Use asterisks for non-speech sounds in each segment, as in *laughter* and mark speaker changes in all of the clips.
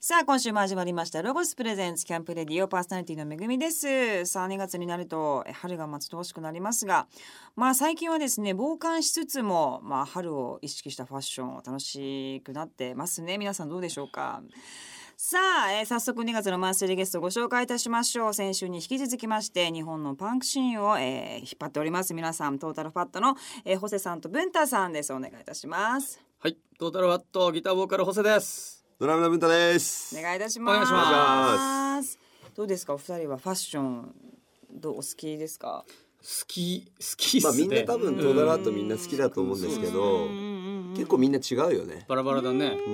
Speaker 1: さあ今週も始まりましたロゴスプレゼンツキャンプレディオパーソナリティのめぐみですさあ2月になるとえ春が待ち遠しくなりますがまあ最近はですね傍観しつつもまあ春を意識したファッションを楽しくなってますね皆さんどうでしょうかさあ、えー早速2月のマンスリーゲストをご紹介いたしましょう先週に引き続きまして日本のパンクシーンを、えー引っ張っております皆さんトータルファットの、えー、ホセさんと文太さんですお願いいたします
Speaker 2: はい、トータルファットギターボーカル補正です。
Speaker 3: ドラムの文太です。
Speaker 1: お願いいたします。
Speaker 2: お願いし
Speaker 1: どうですか、お二人はファッション。どうお好きですか。
Speaker 2: 好き、好きっ
Speaker 3: まあ
Speaker 2: す
Speaker 3: み
Speaker 2: ね。
Speaker 3: んな多分トーダラートみんな好きだと思うんですけど、結構みんな違うよね。
Speaker 2: バラバラだね。
Speaker 3: ん
Speaker 2: う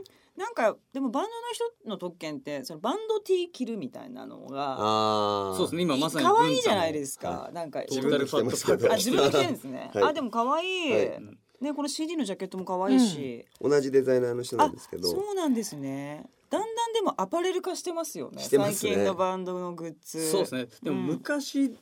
Speaker 2: ん
Speaker 1: なんか、でもバンドの人の特権って、そのバンド T 着るみたいなのが。
Speaker 3: ああ、
Speaker 2: そうですね、今まさに。。
Speaker 1: 可愛いじゃないですすか、なんか。
Speaker 2: トータルファットパーカ
Speaker 1: あ、
Speaker 2: ー
Speaker 1: 自分で着てるんですね。
Speaker 3: はい
Speaker 1: あ、でも可愛い。
Speaker 3: はい
Speaker 1: ね、この CD のジャケットも可愛いし、
Speaker 3: *laughs* 同じデザイナーの人な
Speaker 1: あ
Speaker 3: んですけ、ど、
Speaker 1: そうなんですね。だんだんでもアパレル化してますよね。
Speaker 3: してま
Speaker 1: 最
Speaker 3: すね
Speaker 1: 近のバンドのグッズ。
Speaker 2: そうですね。でも
Speaker 1: うん
Speaker 2: 昔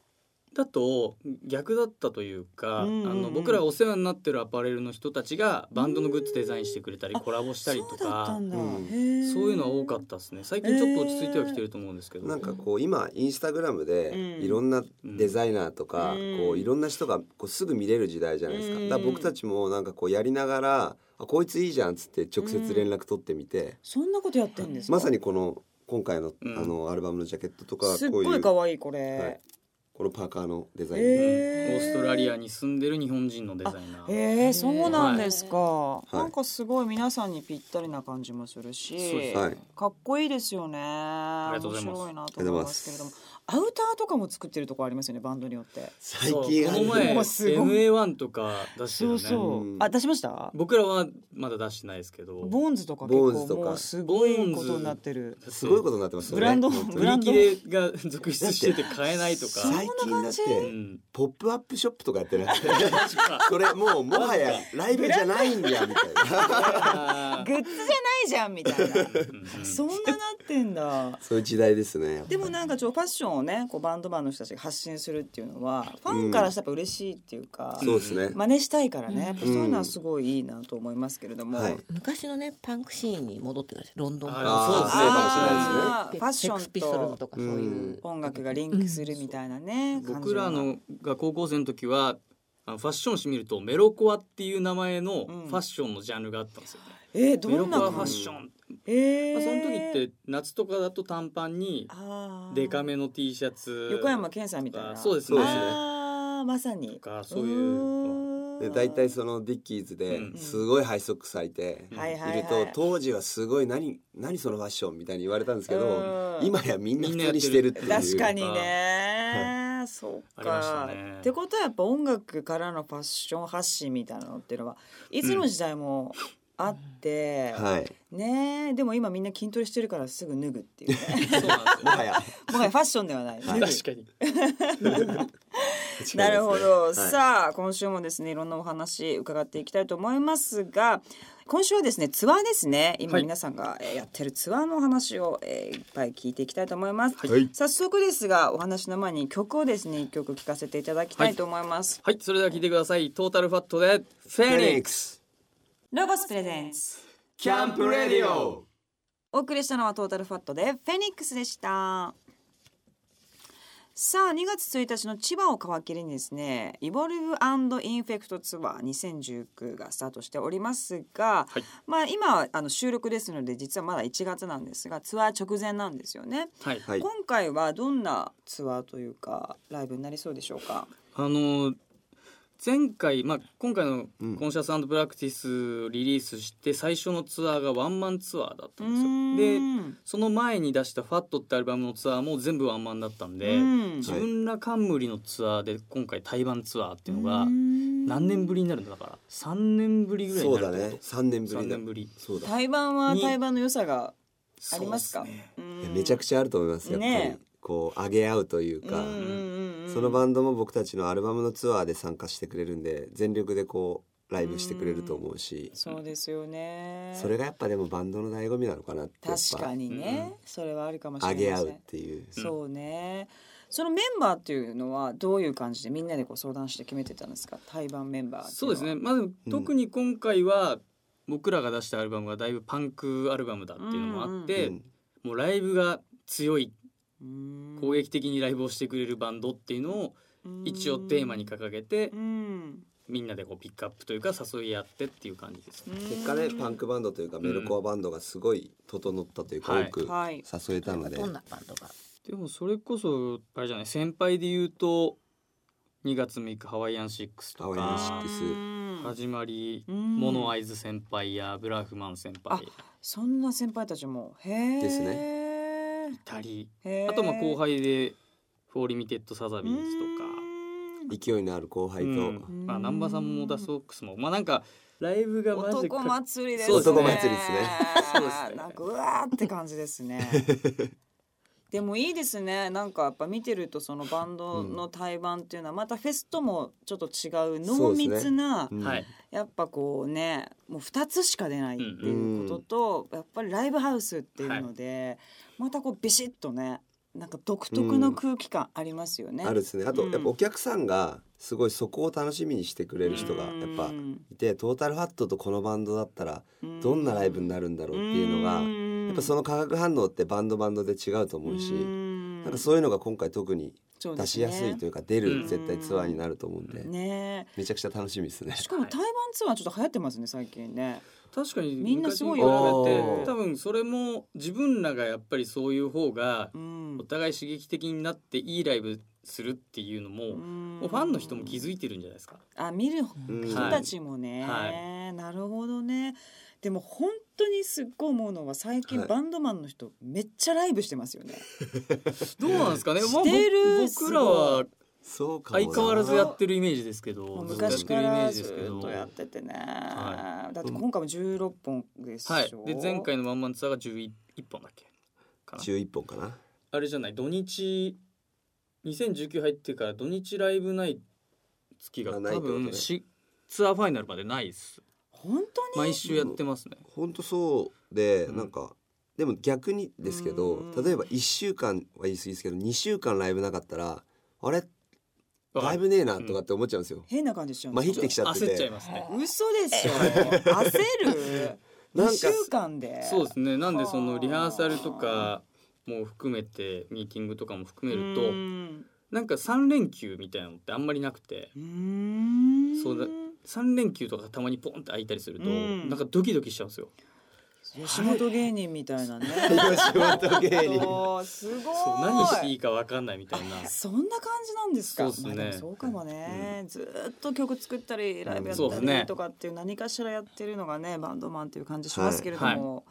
Speaker 2: だと逆だったというか、あ
Speaker 1: うんうんうん
Speaker 2: の僕らお世話になってるアパレルの人たちがバンドのグッズデザインしてくれたり
Speaker 1: うん
Speaker 2: コラボしたりと
Speaker 1: そうだった
Speaker 2: か
Speaker 1: ん、だ。
Speaker 3: うん
Speaker 1: へー
Speaker 2: そういうのは多かったですね。最近ちょっと落ち着いてはきてると思うんですけど。
Speaker 3: なんかこう今インスタグラムで
Speaker 1: うん
Speaker 3: いろんなデザイナーとか、
Speaker 1: うん
Speaker 3: こういろんな人がこうすぐ見れる時代じゃないですか。
Speaker 1: うん
Speaker 3: だから僕たちもなんかこうやりながら、あこいついいじゃんっつって直接連絡取ってみて、
Speaker 1: そんなことやってんですか。
Speaker 3: まさにこの今回の、
Speaker 2: うん
Speaker 3: あのアルバムのジャケットとか
Speaker 1: すっ
Speaker 3: こう
Speaker 1: ご
Speaker 3: い
Speaker 1: いう可愛いこ
Speaker 3: はい
Speaker 1: れ。
Speaker 3: このパーカーのデザイン。
Speaker 2: うんオ
Speaker 1: え
Speaker 2: ーストラリアに住んでる日本人のデザイナー。
Speaker 1: えー、そうなんですか、
Speaker 3: い
Speaker 1: なんかすごい皆さんにぴったりな感じもするし、
Speaker 2: そうです
Speaker 3: ねはい
Speaker 1: かっこいいですよね
Speaker 2: りがとうございま
Speaker 1: 面
Speaker 2: す
Speaker 1: 白いなと思いますけれどもアウターとかも作ってるとこありますよねバンドによって
Speaker 3: 最
Speaker 2: そう
Speaker 3: 近
Speaker 2: こ
Speaker 3: あ
Speaker 2: の
Speaker 3: る
Speaker 2: 前
Speaker 1: もうすごい
Speaker 2: MA1 とか出してる
Speaker 1: そ
Speaker 2: よ
Speaker 1: うそう、
Speaker 2: ね。
Speaker 3: うん
Speaker 1: あ出しました
Speaker 2: 僕らはまだ出してないですけど。
Speaker 1: ボーンズとか結
Speaker 3: ボーンズ
Speaker 1: 構
Speaker 3: とか
Speaker 1: もうすごいことになってる
Speaker 3: すごいことになってますよね。
Speaker 1: ブランド
Speaker 3: 本当に
Speaker 1: ブラン
Speaker 2: 売
Speaker 1: ド
Speaker 2: り切れが続出してて買えないとか。
Speaker 3: 最近だっ
Speaker 1: そ
Speaker 2: うん
Speaker 3: て
Speaker 2: うん
Speaker 3: ポップアップショップとかやってなくて *laughs* それもうもはやライブじゃないんだよみたいな
Speaker 2: あ
Speaker 1: グッズじゃないじゃんみたいな
Speaker 3: *laughs*
Speaker 2: ー
Speaker 1: そんななってんだ
Speaker 3: そういう時代ですね
Speaker 1: でもなんかちょっとファッションをねこうバンドマンの人たちが発信するっていうのはファンからしたらやっぱ嬉しいっていうか、
Speaker 3: そうですね、
Speaker 1: 真似したいからね、やっぱ
Speaker 3: うん
Speaker 1: そういうのはすごいいいなと思いますけれども、
Speaker 3: はい
Speaker 4: 昔のねパンクシーンに戻ってたんですよロンドン
Speaker 2: あーそうですね
Speaker 1: あー
Speaker 4: で
Speaker 1: ファッションと
Speaker 4: セックスピストルズとかそういう、
Speaker 1: 音楽がリンクするみたいなね、感じ
Speaker 2: 僕
Speaker 1: の
Speaker 2: らのが高校生の時はあのファッション誌見るとメロコアっていう名前のフ
Speaker 1: うん
Speaker 2: ァッションのジャンルがあったんですよ、ね
Speaker 1: えー、ど
Speaker 2: メロ
Speaker 1: ん
Speaker 2: コ
Speaker 1: な
Speaker 2: アファ
Speaker 1: 感
Speaker 2: ッ
Speaker 1: じ
Speaker 2: ション、
Speaker 1: えー
Speaker 2: まあ、その時って夏とかだと短パンに
Speaker 1: あー
Speaker 2: デカめの T シャツ
Speaker 1: 横山健さんみたいな
Speaker 2: そうですすね
Speaker 3: そうですね
Speaker 1: あーまさに
Speaker 2: とかそういう
Speaker 3: で大体そのディッキーズ
Speaker 2: うん
Speaker 3: ですごいハイソックス履いて
Speaker 1: うーん
Speaker 2: うん
Speaker 1: はい
Speaker 3: い
Speaker 1: はい
Speaker 3: る
Speaker 1: は
Speaker 3: と
Speaker 1: い
Speaker 3: 当時はすごい何何そのファッションみたいに言われたんですけど
Speaker 1: うん
Speaker 3: 今やみんな普通にしてるっていう
Speaker 1: 確かにね、そう
Speaker 2: ありました
Speaker 1: か、
Speaker 2: ね
Speaker 1: ってことはやっぱ音楽からのファッション発信みたいなのっていうのはいつの時代もあって、 *laughs*
Speaker 3: はい
Speaker 1: ねえでも今みんな筋トレしてるからすぐ脱ぐっていうね
Speaker 2: そうなんです
Speaker 3: も
Speaker 2: よ
Speaker 3: はや
Speaker 1: もはやファッションではない脱ぐ
Speaker 2: 確かに
Speaker 1: なるほど、
Speaker 3: はい
Speaker 1: さあ今週もですねいろんなお話伺っていきたいと思いますが今週はですねツアーですね今
Speaker 2: はい
Speaker 1: 皆さんがえーやってるツアーのお話を、えーいっぱい聞いていきたいと思います、
Speaker 3: はい
Speaker 1: 早速ですがお話の前に曲をですね一曲聴かせていただきたいと思います、
Speaker 2: はいそれでは聞いてくださいトータルファットでフェ
Speaker 3: フェ
Speaker 2: ニ
Speaker 3: ニ
Speaker 2: ッ
Speaker 3: ッ
Speaker 2: ク
Speaker 3: ク
Speaker 2: ス
Speaker 3: ス
Speaker 1: ロゴスプレゼンス
Speaker 3: キャンプレディオ
Speaker 1: お送りしたのはトータルファットでフェニックスでしたさあ2月1日の千葉を皮切りにですね「イボルブインフェクトツアー2019」がスタートしておりますが、
Speaker 2: はい
Speaker 1: まあ今はあの収録ですので実はまだ1月なんですがツアー直前なんですよね、
Speaker 2: はい
Speaker 3: はい
Speaker 1: 今回はどんなツアーというかライブになりそうでしょうか
Speaker 2: あの前回、まあ、今回の
Speaker 3: う
Speaker 2: 「
Speaker 3: ん
Speaker 2: コンシャスプラクティス」リリースして最初のツアーがワンマンツアーだったんですよ。で
Speaker 1: うーん
Speaker 2: その前に出した「ファットってアルバムのツアーも全部ワンマンだったんで、
Speaker 1: うん
Speaker 2: 自分ら冠のツアーで今回対バンツアーっていうのが
Speaker 1: うーん
Speaker 2: 何年ぶりになるんだだから3年ぶりぐらい
Speaker 3: そ
Speaker 2: に
Speaker 3: う
Speaker 2: なるっ
Speaker 3: だ
Speaker 2: て
Speaker 3: ね
Speaker 2: こと
Speaker 3: 三年ぶ
Speaker 2: 3
Speaker 3: りだ
Speaker 2: 年ぶり
Speaker 3: そうだ
Speaker 1: 対バンは
Speaker 2: に
Speaker 1: 対バンの良さがありますか
Speaker 2: そうっね
Speaker 1: う
Speaker 3: いや
Speaker 1: ん
Speaker 3: めちゃくちゃあると思いますやっぱり、
Speaker 1: ねえ
Speaker 3: こう上げ合うというか、
Speaker 1: うんうんうんうん
Speaker 3: そのバンドも僕たちのアルバムのツアーで参加してくれるんで全力でこうライブしてくれると思うし、
Speaker 1: そうですよね。
Speaker 3: それがやっぱでもバンドの醍醐味なのかなってやっぱ
Speaker 1: 確かにね、それはあるかもしれ
Speaker 3: 上
Speaker 1: ません。
Speaker 3: げ合うっていう、
Speaker 1: そうね。そのメンバーっていうのはどういう感じでみんなでこう相談して決めてたんですか。対バンメンバーっていのは
Speaker 2: そうですね、まあ、でも特に今回は、僕らが出したアルバムがだいぶパンクアルバムだっていうのもあって、
Speaker 3: うん
Speaker 2: もうライブが強い攻
Speaker 1: 攻
Speaker 2: 撃的にライブをしてくれるバンドっていうのを一応テーマに掲げて
Speaker 1: うん
Speaker 2: みんなでこうピックアップというか誘い合ってっていう感じですね。
Speaker 3: 結果ねパンクバンドというかメルコアバンドがすごい整ったというか、
Speaker 2: はい
Speaker 3: 多く
Speaker 1: はい
Speaker 3: 誘えたので、
Speaker 4: どんなバンドが
Speaker 2: でもそれこそあれじゃない先輩で言うと2月6日ハワイアンシックスと
Speaker 3: ハワイアンシ
Speaker 2: か
Speaker 3: ックス
Speaker 2: 始まりモ
Speaker 1: モ
Speaker 2: ノアイズ先輩やブラフマン先輩
Speaker 1: そんな先輩たちもへえ
Speaker 3: です
Speaker 1: ね
Speaker 2: いたりあとまあ後
Speaker 1: 輩
Speaker 2: 輩でフォーリミテッドサザビーズとか。
Speaker 3: 勢いのある後輩と、
Speaker 2: うんまあ南波さんもダスオックスもまあなんかライブがマジで
Speaker 1: 男
Speaker 2: か
Speaker 1: 祭りです
Speaker 2: そ
Speaker 1: ね。
Speaker 2: うですね男
Speaker 3: 祭りですね
Speaker 2: そうですね
Speaker 1: なんかうわーって感じですね。でもいいですね。なんかやっぱ見てるとそのバンドの対バンっていうのはまたフェスともちょっと違う濃密な、
Speaker 3: うん
Speaker 2: はい、
Speaker 1: やっぱこうねもう2つしか出ないっていうことと、やっぱりライブハウスっていうので、またこうビシッとねなんか独特の空気感ありますよね。
Speaker 3: あるですねあと、
Speaker 1: うん
Speaker 3: やっぱお客さんがすごいそこを楽しみにしてくれる人がやっぱいてトータルファットとこのバンドだったらどんなライブに
Speaker 1: なる
Speaker 3: なるんだろうっていうのがやっぱその化学反応ってバンドバンドで違うと思うしなんかそういうのが今回特に
Speaker 1: そうで
Speaker 3: 出
Speaker 1: す
Speaker 3: し
Speaker 1: ね
Speaker 3: やすいというか出る絶対ツアーになると思うんで
Speaker 1: ね
Speaker 3: めちゃくちゃ楽しみですね
Speaker 1: え。しかも台湾ツアーちょっと流行ってますね最近ね。
Speaker 2: 確かに
Speaker 1: みんなすごい
Speaker 2: 昔に比べ
Speaker 3: よ
Speaker 2: て多分それも自分らがやっぱりそういう方が
Speaker 1: うん
Speaker 2: お互い刺激的になっていいライブするっていうのも、もうファンの人も気づいてるんじゃないですか。
Speaker 1: あ見る
Speaker 3: うん
Speaker 1: 人たちもね、
Speaker 2: は
Speaker 1: なるほどねでも本当にすっごい思うのは最近
Speaker 3: はい
Speaker 1: バンドマンの人、めっちゃライブしてますよね
Speaker 2: どうなんですかね。
Speaker 1: し
Speaker 2: まあ
Speaker 1: てる
Speaker 2: ぼ僕らは
Speaker 3: そうかもな
Speaker 2: 相変わらずやってるイメージですけど、
Speaker 1: もう
Speaker 2: ずっとやっ
Speaker 1: 昔
Speaker 2: て
Speaker 1: か
Speaker 2: るイメー
Speaker 1: らず
Speaker 2: ジですけど。
Speaker 1: っとやっ
Speaker 2: は
Speaker 1: ててね、
Speaker 2: は
Speaker 1: だって今回も16本でしょ、
Speaker 2: い。で前回のワンマンツアーが十一本だっけかな。
Speaker 3: 11本かな
Speaker 2: あれじゃない土日2019入ってから土日ライブない月が
Speaker 3: あないっ
Speaker 2: 多
Speaker 3: てことね
Speaker 2: 分しツアーファイナルまでないっす。
Speaker 1: 本当に
Speaker 2: 毎週やってますね。
Speaker 3: ほんとそうで
Speaker 2: うん
Speaker 3: なんかでも逆にですけど
Speaker 1: うん
Speaker 3: 例えば1週間は言い過ぎですけど2週間ライブなかったらあれ
Speaker 2: わか
Speaker 3: ライ
Speaker 2: る
Speaker 3: ブねえなとかって思っちゃうんですよ。
Speaker 1: 変な感じしちゃうん
Speaker 3: まあ
Speaker 1: で
Speaker 3: ヒ
Speaker 1: す
Speaker 3: ッ
Speaker 1: よ
Speaker 3: てきちゃって
Speaker 2: 焦っちゃい
Speaker 3: て
Speaker 2: ますね。
Speaker 1: 嘘でしょ焦る
Speaker 3: なん
Speaker 1: 2
Speaker 3: か
Speaker 1: 週間で
Speaker 2: そうですね。なんでそ
Speaker 1: はあ
Speaker 2: のリハーサルとかも含めてミーティングとかも含めると、
Speaker 1: うん
Speaker 2: なんか三連休みたいなのってあんまりなくて、
Speaker 1: うん
Speaker 2: そうだ三連休とかたまにポンって空いたりすると、
Speaker 1: うん
Speaker 2: なんかドキドキしちゃうんですよ。
Speaker 1: 吉本芸人みたいなね
Speaker 3: 吉本芸人
Speaker 1: そうすごい
Speaker 2: そう何していいかわかんないみたいな。
Speaker 1: そんな感じなんですか。
Speaker 2: そうっすね
Speaker 1: まあもそうかもね、ずーっと曲作ったりライブや
Speaker 2: そう
Speaker 1: っ
Speaker 2: っす
Speaker 1: たり
Speaker 2: ね
Speaker 1: とかっていう何かしらやってるのがねバンドマンっていう感じしますけれども、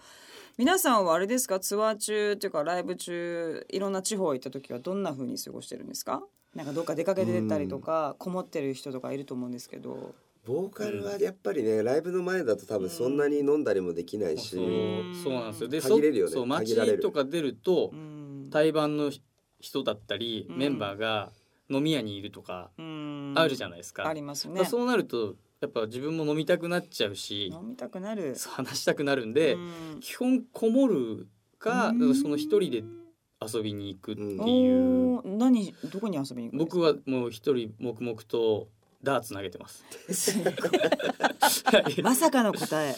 Speaker 1: 皆さんはあれですかツアー中っていうかライブ中いろんな地方行った時はどんな風に過ごしてるんですか。なんかどっか出かけてたりとか、こもってる人とかいると思うんですけど。
Speaker 3: ボーカルはやっぱりねライブの前だと多分そんなに飲んだりもできないし、
Speaker 2: そうそうなんですよ。で、
Speaker 3: 限れるよね
Speaker 2: そそう
Speaker 3: 限られ
Speaker 2: 街
Speaker 3: る
Speaker 2: とか出ると
Speaker 1: うん。
Speaker 2: 対バンの人だったり、
Speaker 1: うん
Speaker 2: メンバーが飲み屋にいるとか
Speaker 1: うん
Speaker 2: あるじゃ
Speaker 1: ん。
Speaker 2: ないですか。
Speaker 1: あります
Speaker 2: だ
Speaker 1: ね
Speaker 2: から。そうなるとやっぱ自分も飲みたくなっちゃうし、
Speaker 1: 飲みたくなる。
Speaker 2: そう話したくなるんで、
Speaker 1: うん
Speaker 2: 基本こもるか、
Speaker 1: うん
Speaker 2: その一人で遊びに行くっていう。
Speaker 1: おー何どこに遊びに行くんですか
Speaker 2: 僕はもう一人黙々とダーツ投げて *laughs* ます。
Speaker 1: すごい
Speaker 2: は
Speaker 1: *laughs*
Speaker 2: い
Speaker 1: まさかの答
Speaker 2: *laughs*
Speaker 1: え。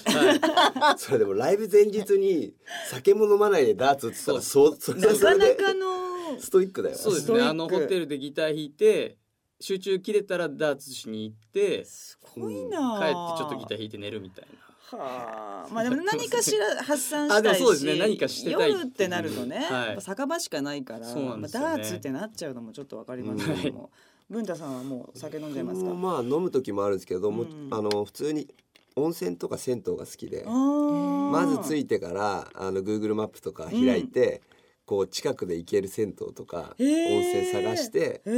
Speaker 3: それでもライブ前日に酒も飲まないでダーツ打ってたらそうそれ
Speaker 1: な
Speaker 3: はそ
Speaker 1: か
Speaker 3: れ
Speaker 1: な
Speaker 3: で
Speaker 1: かの。
Speaker 3: ストイックだよ
Speaker 2: そうです
Speaker 1: ストイ
Speaker 2: ね。
Speaker 1: ック
Speaker 2: あのホテルでギター弾いて集中切れたらダーツしに行って
Speaker 1: すごい
Speaker 2: 帰
Speaker 1: な、
Speaker 2: ってちょっとギター弾いて寝るみたいな。
Speaker 1: はあ、まあでも何かしら発散したいし。
Speaker 2: あでもそうですね何かしてたい
Speaker 1: 夜ってなるとね、
Speaker 2: はい
Speaker 1: やっぱ酒場しかないから、
Speaker 2: そうなんですよね
Speaker 1: まあダーツってなっちゃうのもちょっとわかりますけども。文太さんはもう酒飲んじゃいますか。
Speaker 3: 僕もまあ飲む時もあるんですけども、
Speaker 1: うん
Speaker 3: あの普通に温泉とか銭湯が好きで、
Speaker 1: ま
Speaker 3: まず着
Speaker 1: い。
Speaker 3: いてからあの Google マップとか開いて、こう近くで行ける銭湯とか
Speaker 1: へ
Speaker 3: 温
Speaker 1: ー
Speaker 3: 泉探して
Speaker 1: へ